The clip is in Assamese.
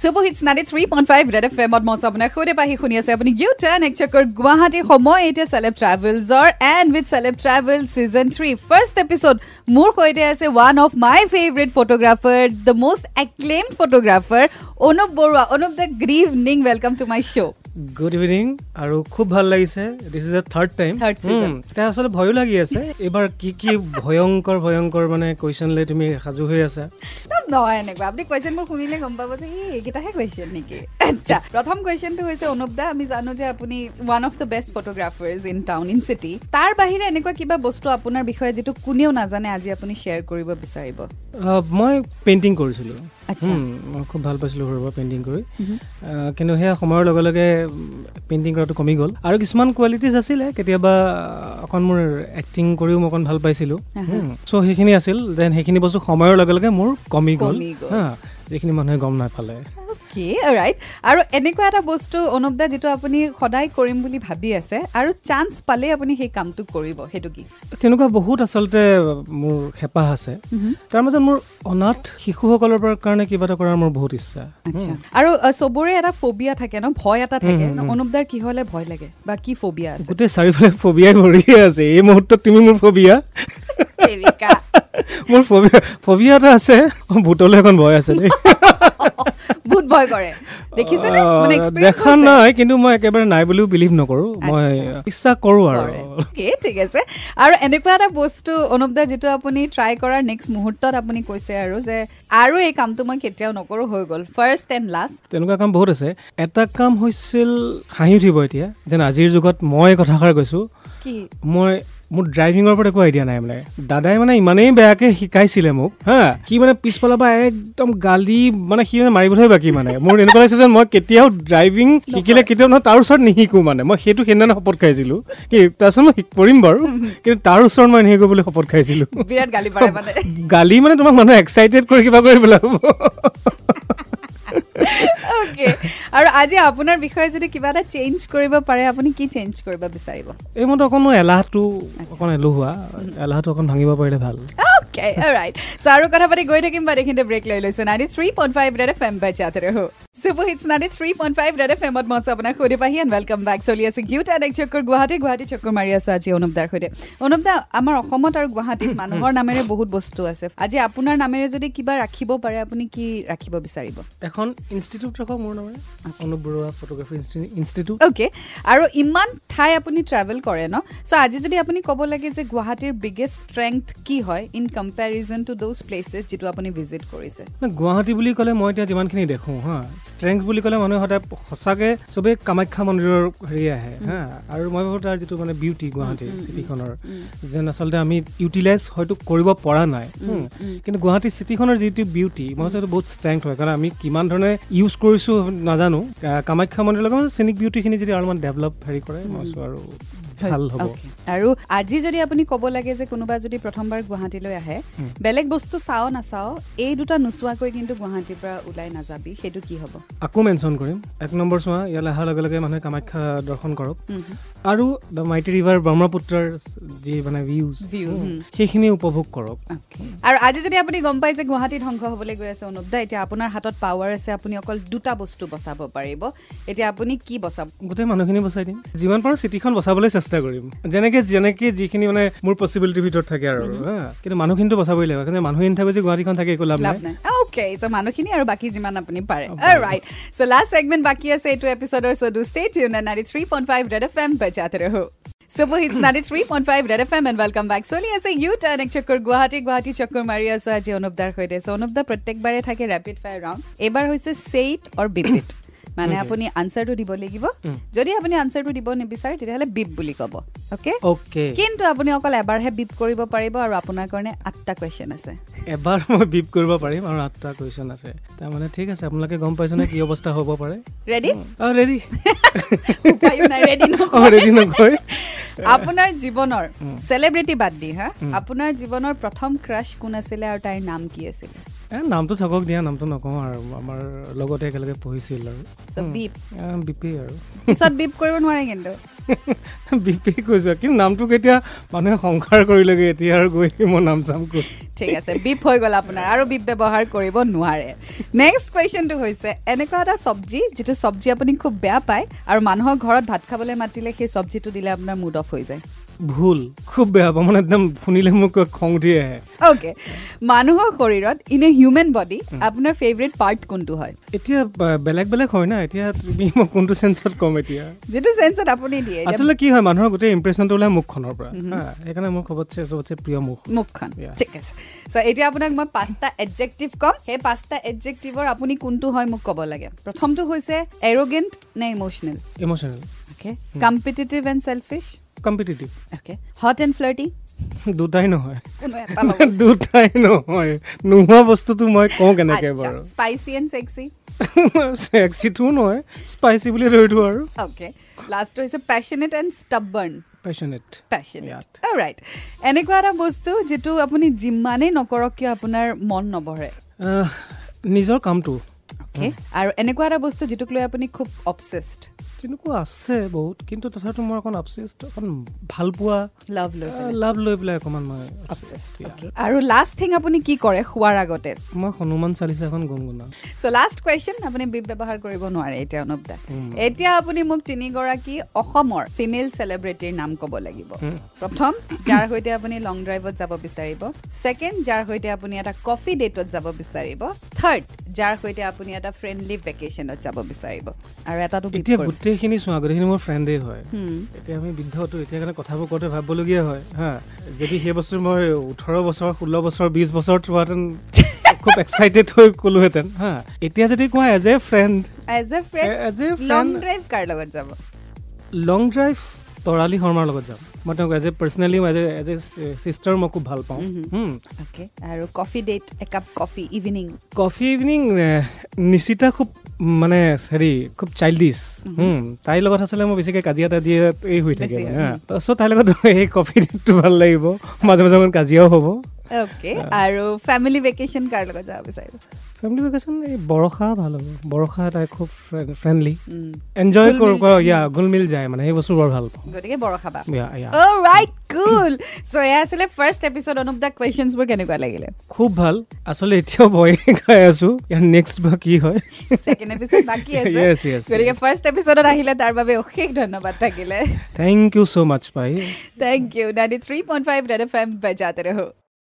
Super hits ninety three point five red F এমত মঞ্চ আপোনাৰ সৈতে পাহি শুনি আছে আপুনি ইউ টাৰ্ণ এক চকৰ গুৱাহাটীৰ সময় এতিয়া চেলেব ট্ৰেভেলছৰ and with celeb travel season three first episode মোৰ সৈতে আছে one of my favourite photographer the most acclaim photographer Anup Baruah Anup দা good evening welcome to my show' good evening আৰু খুব ভাল লাগিছে this is a third time Third season. এতিয়া আচলতে ভয়ো লাগি আছে এইবাৰ কি কি ভয়ংকৰ ভয়ংকৰ মানে কুৱেশ্যন লৈ তুমি সাজু হৈ আছা নহয় এনেকুৱা আপুনি কুৱেশ্যনবোৰ শুনিলে গম পাব যে এই এইকেইটাহে কুৱেশ্যন নেকি আচ্ছা প্ৰথম কুৱেশ্যনটো হৈছে অনুপ দা আমি জানো যে আপুনি one of the best photographers in town in city তাৰ বাহিৰে এনেকুৱা কিবা বস্তু আপোনাৰ বিষয়ে যিটো কোনেও নাজানে আজি আপুনি শ্বেয়াৰ কৰিব বিচাৰিব আহ, মই পেইণ্টিং কৰিছিলোঁ আচ্ছা। হুম, মই খুব ভাল পাইছিলোঁ সৰুৰ পৰা পেইণ্টিং কৰি আহ, কিন্তু সেয়া সময়ৰ লগে লগে পেইণ্টিং কৰাটো কমি গ'ল আৰু কিছুমান কোৱালিটিজ আছিলে কেতিয়াবা আহ, অকণ মোৰ এক্টিং কৰিও মই অকণ ভাল পাইছিলোঁ আহা। চ' সেইখিনি আছিল দেন সেইখিনি বস্তু সময়ৰ লগে লগে মোৰ কমি গ'ল কমি গ'ল। হা যিখিনি মানুহে গম নাপালে অ'কে ৰাইট আৰু এনেকুৱা এটা বস্তু অনুপ দা যিটো আপুনি সদায় কৰিম বুলি ভাবি আছে আৰু চান্স পালে আপুনি সেই কামটো কৰিব সেইটো কি তেনেকুৱা বহুত আচলতে মোৰ হেঁপাহ আছে তাৰ মাজত মোৰ অনাথ শিশুসকলৰ পৰা কাৰণে কিবা এটা কৰাৰ মোৰ বহুত ইচ্ছা আচ্ছা আৰু আ, চবৰে এটা ফবিয়া থাকে ন ভয় এটা থাকে ন? অনুপ দাৰ কিহলে ভয় লাগে বা কি ফবিয়া আছে গোটেই চাৰিওফালে ফবিয়াই ভৰিয়ে আছে এই মুহূৰ্তত তুমি মোৰ ফবিয়া মোৰ ফবিয়া ফবিয়া এটা আছে অ, ভূতলৈ এখন ভয় আছে দেই বহুত ভয় কৰে দেখিছেনে আহ, মানে experience দেখা হৈছে? নাই কিন্তু মই একেবাৰে নাই বুলিও বিলিভ নকৰোঁ মই আচ্ছা। ইচ্ছা কৰোঁ আৰু কৰে। Okay, ঠিক আছে আৰু এনেকুৱা এটা বস্তু অনুপ দা যিটো আপুনি ট্ৰাই কৰাৰ নেক্সট মুহূৰ্তত আপুনি কৈছে আৰু যে আৰু এই কামটো মই কেতিয়াও নকৰো হৈ গ'ল ফাৰ্ষ্ট এণ্ড লাষ্ট তেনেকুৱা কাম বহুত আছে এটা কাম হৈছিল হাঁহি উঠিব এতিয়া যেন আজিৰ যুগত মই কথাষাৰ কৈছোঁ কি মই মোৰ ড্ৰাইভিঙৰ ওপৰত একো আইডিয়া নাই মানে দাদাই মানে ইমানেই বেয়াকে শিকাইছিলে মোক হা সি মানে পিছফালৰ পৰা একদম গালি মানে সি মানে মাৰিবলৈ বাকী মানে মোৰ এনেকুৱা লাগিছে যেন মই কেতিয়াও ড্ৰাইভিং শিকিলে কেতিয়াও নহয় তাৰ ওচৰত নিশিকো মানে মই সেইটো সেইদিনা শপত খাইছিলোঁ কি তাৰপিছত মই শিক- কৰিম বাৰু কিন্তু তাৰ ওচৰত মই নিশিকো বুলি শপত খাইছিলোঁ বিৰাট গালি পাৰে মানে গালি মানে তোমাক মানুহ এক্সাইটেড কৰি কিবা কৰি পেলাব অ'কে আৰু আজি আপোনাৰ বিষয়ে যদি কিবা এটা চেঞ্জ কৰিব পাৰে আপুনি কি চেঞ্জ কৰিব বিচাৰিব এই মতে অকণ মোৰ এলাহটো অকণ এলেহুৱা এলাহটো অকণ ভাঙিব পাৰিলে ভাল Okay, all right. So, আৰু কথা পাতি গৈ থাকিম বাৰু এইখিনিতে ব্ৰেক লৈ লৈছোঁ ninety three point five red F M বাজাতে ৰহো super hits ninety three point five red F এমত মঞ্চ আপোনাক সুধি পাহি এণ্ড ৱেলকাম বেক চলি আছে গিউটা এক চকুৰ গুৱাহাটী গুৱাহাটী চকুৰ মাৰি আছোঁ আজি অনুপ দাৰ সৈতে অনুপ দা আমাৰ অসমত আৰু গুৱাহাটীত মানুহৰ নামেৰে বহুত বস্তু আছে আজি আপোনাৰ নামেৰে যদি কিবা ৰাখিব পাৰে আপুনি কি ৰাখিব বিচাৰিব এখন ইনষ্টিটিউট ৰাখক মোৰ নামেৰে Anup Barua photography ইনষ্টি- institute okay আৰু ইমান ঠাই আপুনি ট্ৰেভেল কৰে ন চ' আজি যদি আপুনি ক'ব লাগে যে গুৱাহাটীৰ বিগেষ্ট ষ্ট্ৰেংথ কি হয় in comparison to those places যিটো আপুনি ভিজিট কৰিছে না, গুৱাহাটী বুলি ক'লে মই এতিয়া যিমানখিনি দেখোঁ হা ষ্ট্ৰেংথ বুলি ক'লে মানুহে সদায় সঁচাকৈ চবেই কামাখ্যা মন্দিৰৰ হেৰি আহে হা আৰু মই ভাবোঁ তাৰ যিটো মানে বিউটি গুৱাহাটী চিটিখনৰ যেন আচলতে আমি ইউটিলাইজ হয়তো কৰিব পৰা নাই হুম। কিন্তু গুৱাহাটী চিটিখনৰ যিটো বিউটি মই ভাবোঁ সেইটো বহুত ষ্ট্ৰেংথ হয় কাৰণ আমি কিমান ধৰণে ইউজ কৰিছোঁ নাজানো কা- কামাখ্যা মন্দিৰৰ লগত চিনিক বিউটিখিনি যদি অলপমান ডেভেলপ হেৰি কৰে মই ভাবোঁ আৰু ভাল হ'ব Okay. আৰু আজি যদি আপুনি ক'ব লাগে যে কোনোবা যদি প্ৰথমবাৰ গুৱাহাটীলৈ আহে বেলেগ বস্তু চাও নাচাও এই দুটা নোচোৱাকৈ কিন্তু গুৱাহাটীৰ পৰা ওলাই নাযাবি সেইটো কি হ'ব আকৌ মেনশ্যন কৰিম এক নম্বৰ চোৱা ইয়ালৈ অহাৰ লগে লগে মানুহে কামাখ্যা দৰ্শন কৰক হুম। আৰু দ্য মাইটি ৰিভাৰ ব্ৰহ্মপুত্ৰৰ যি মানে ভিউজ View, হুম। সেইখিনি উপভোগ কৰক Okay. আৰু আজি যদি আপুনি গম পাই যে গুৱাহাটী ধ্বংস হ'বলৈ গৈ আছে অনুপ দা এতিয়া আপোনাৰ হাতত পাৱাৰ আছে আপুনি অকল দুটা বস্তু বচাব পাৰিব এতিয়া আপুনি কি বচাব গোটেই মানুহখিনি বচাই দিম যিমান পাৰোঁ চিটিখন বচাবলৈ চেষ্টা কৰিম যেনেকে যেনেকে যিখিনি মানে মোৰ পচিবিলিটিৰ ভিতৰত থাকে আৰু হা কিন্তু মানুহখিনিতো বচাবই লাগিব কিন্তু মানুহ নাথাকে যে গুৱাহাটীখন থাকে একো লাভ লাভ নাই নাই অ'কে চ' মানুহখিনি আৰু বাকী যিমান আপুনি পাৰে ৰাইট চ' লাষ্ট ছেগমেণ্ট বাকী আছে এইটো এপিছ'ডৰ so' do stay tune and ninety three point five red F M বাজাতে ৰহো super hits ninety three point five red F M and welcome back চলি আছে ইউ টাৰ্ণ এক চক্কৰ গুৱাহাটী গুৱাহাটী চক্কৰ মাৰি আছোঁ আজি অনুপ দাৰ সৈতে চ' অনুপ দা প্ৰত্যেকবাৰে থাকে ৰেপিড ফায়াৰ ৰাউণ্ড এইবাৰ হৈছে চেইট অৰ বিপিট মানে আপুনি আনচাৰটো দিব লাগিব যদি আপুনি আনচাৰটো দিব নিবিচাৰে তেতিয়াহ'লে বিপ বুলি ক'ব অ'কে অ'কে কিন্তু আপুনি অকল এবাৰহে বিপ কৰিব পাৰিব আৰু আপোনাৰ কাৰণে আঠটা কুৱেশ্যন আছে এবাৰ মই বিপ কৰিব পাৰিম আৰু আঠটা কুৱেশ্যন আছে তাৰমানে ঠিক আছে আপোনালোকে গম পাইছেনে কি অৱস্থা হ'ব পাৰে ৰেডি অঁ ৰেডি উপায়ো নাই ৰেডি অঁ ৰেডি নকয় আপোনাৰ জীৱনৰ চেলিব্ৰিটি বাদ দি হা আপোনাৰ জীৱনৰ প্ৰথম ক্ৰাছ কোন আছিলে আৰু তাইৰ নাম কি আছিলে এ নামটো থাকক দিয়া নামটো নকওঁ আৰু আমাৰ লগতে একেলগে পঢ়িছিল আৰু So, বিপ। বিপেই আৰু পিছত বিপ কৰিব নোৱাৰে কিন্তু বিপেই কৈছোঁ কিন্তু নামটো কেতিয়া মানুহে সংসাৰ কৰিলেগৈ এতিয়া আৰু গৈ মই নাম চাম কৈ ঠিক আছে বিপ হৈ গ'ল আপোনাৰ আৰু বিপ ব্যৱহাৰ কৰিব নোৱাৰে নেক্সট কুৱেশ্যনটো হৈছে এনেকুৱা এটা চব্জি যিটো চব্জি আপুনি খুব বেয়া পায় আৰু মানুহৰ ঘৰত ভাত খাবলৈ মাতিলে সেই চব্জিটো দিলে আপোনাৰ মুড অফ হৈ যায় ভুল খুব বেয়া পাওঁ মানে একদম শুনিলে মোক খং উঠি আহে অ'কে মানুহৰ শৰীৰত ইন এ হিউমেন বডি আপোনাৰ ফেভৰেট পাৰ্ট কোনটো হয় এতিয়া বা- বেলেগ বেলেগ হয় না এতিয়া তুমি মই কোনটো চেঞ্চত ক'ম এতিয়া যিটো চেঞ্চত আপুনি দিয়ে এতিয়া আচলতে কি হয় মানুহৰ গোটেই ইম্প্ৰেশ্যনটো ওলাই মুখখনৰ পৰা হা, সেইকাৰণে মোৰ চবতছে চবতছে প্ৰিয় মুখ মুখখন Yeah. ঠিক আছে চ' এতিয়া আপোনাক মই পাঁচটা এডজেক্টিভ ক'ম সেই পাঁচটা এডজেক্টিভৰ আপুনি কোনটো হয় মোক ক'ব লাগে প্ৰথমটো হৈছে এৰগেণ্ট নে Hmm. Emotional emotional okay competitive and selfish competitive okay hot and flirty দুটাই নহয় কোনো এটা ল'ব দুটাই নহয় নোহোৱা বস্তুটো মই কওঁ কেনেকৈ বাৰু স্পাইচি এণ্ড চেক্সি চেক্সিটোও নহয় স্পাইচি বুলি ধৰি দিওঁ আৰু অ'কে লাষ্টটো হৈছে passionate and stubborn passionate passionate Yeah. Right এনেকুৱা এটা বস্তু যিটো আপুনি যিমানেই নকৰক কিয় আপোনাৰ মন নভৰে নিজৰ কামটো অ'কে Hmm. আৰু এনেকুৱা এটা বস্তু যিটোক লৈ আপুনি খুব অবচেষ্ট তেনেকুৱা আছে বহুত কিন্তু তথাপিতো মই অকণ আপচেষ্ট অকণ ভাল পোৱা লাভ লৈ আহ, লাভ লৈ পেলাই অকণমান মই Obsessed, Yeah. okay. আৰু লাষ্ট থিং আপুনি কি কৰে শোৱাৰ আগতে মই হনুমান চালিচা এখন গুণগুণাওঁ চ' লাষ্ট কুৱেশ্যন আপুনি বিপ ব্যৱহাৰ কৰিব নোৱাৰে এতিয়া অনুপ দা এতিয়া আপুনি মোক তিনিগৰাকী অসমৰ ফিমেল চেলিব্ৰিটিৰ নাম ক'ব লাগিব প্ৰথম যাৰ সৈতে আপুনি লং ড্ৰাইভত যাব বিচাৰিব ছেকেণ্ড যাৰ সৈতে আপুনি এটা কফি ডেটত যাব বিচাৰিব থাৰ্ড যাৰ সৈতে আপুনি এটা ফ্ৰেণ্ডলি ভেকেশ্যনত যাব বিচাৰিব আৰু এটাতো beep এতিয়া কৰিব। গোটেইখিনি চোৱা গোটেইখিনি মোৰ ফ্ৰেণ্ডেই হয় হুম। এতিয়া আমি বৃদ্ধটো এতিয়া কাৰণে কথাবোৰ কওঁতে ভাবিবলগীয়া হয় হা যদি সেই বস্তু মই ওঠৰ বছৰ ষোল্ল বছৰ বিছ বছৰত হোৱাহেঁতেন খুব এক্সাইটেড হৈ ক'লোহেঁতেন হা এতিয়া যদি কোৱা as a friend As a friend, a- as a long friend- drive car লগত যাব লং ড্ৰাইভ তৰালি শৰ্মাৰ লগত যাম মই তেওঁক as a personally as a as a sister মই খুব ভাল পাওঁ হুম। অ'কে আৰু coffee date a cup coffee evening coffee evening এহ, নিশিতা খুব মানে হেৰি খুব চাইল্ডিছ তাইৰ লগত আচলতে মই বেছিকৈ কাজিয়া তাজিয়া এই হৈ থাকে বেছি হয়, চ' তাইৰ লগত এই কফি ডেটটো ভাল লাগিব মাজে মাজে অকণ কাজিয়াও হ'ব অ'কে আৰু ফেমিলি ভেকেশ্যন কাৰ লগত যাব বিচাৰিব ফেমিলি ভেকেশ্যন এই বৰষা ভাল হ'ব বৰষা তাই খুব ফ্ৰেণ্ডলি উম, এনজয় গোলমিল কৰোঁ ইয়া গোলমিল যায় মানে সেই বস্তু বৰ ভাল পাওঁ গতিকে বৰষাবা Yeah, yeah. অ' ৰাইট কুল চ' এয়া আছিলে ফাৰ্ষ্ট এপিছড অনুপ দা কুৱেশ্যনছবোৰ কেনেকুৱা লাগিলে খুব ভাল আচলতে এতিয়াও ভয়ে খাই আছোঁ ইয়াৰ নেক্সট বা কি হয় ছেকেণ্ড এপিছড বাকী আছে Yes, yes, গতিকে yes. ফাৰ্ষ্ট এপিছডত আহিলে তাৰ বাবে অশেষ ধন্যবাদ থাকিলে থেংক ইউ ছ' মাছ ভাই thank you ninety three point five red F M বেজাতে ৰহো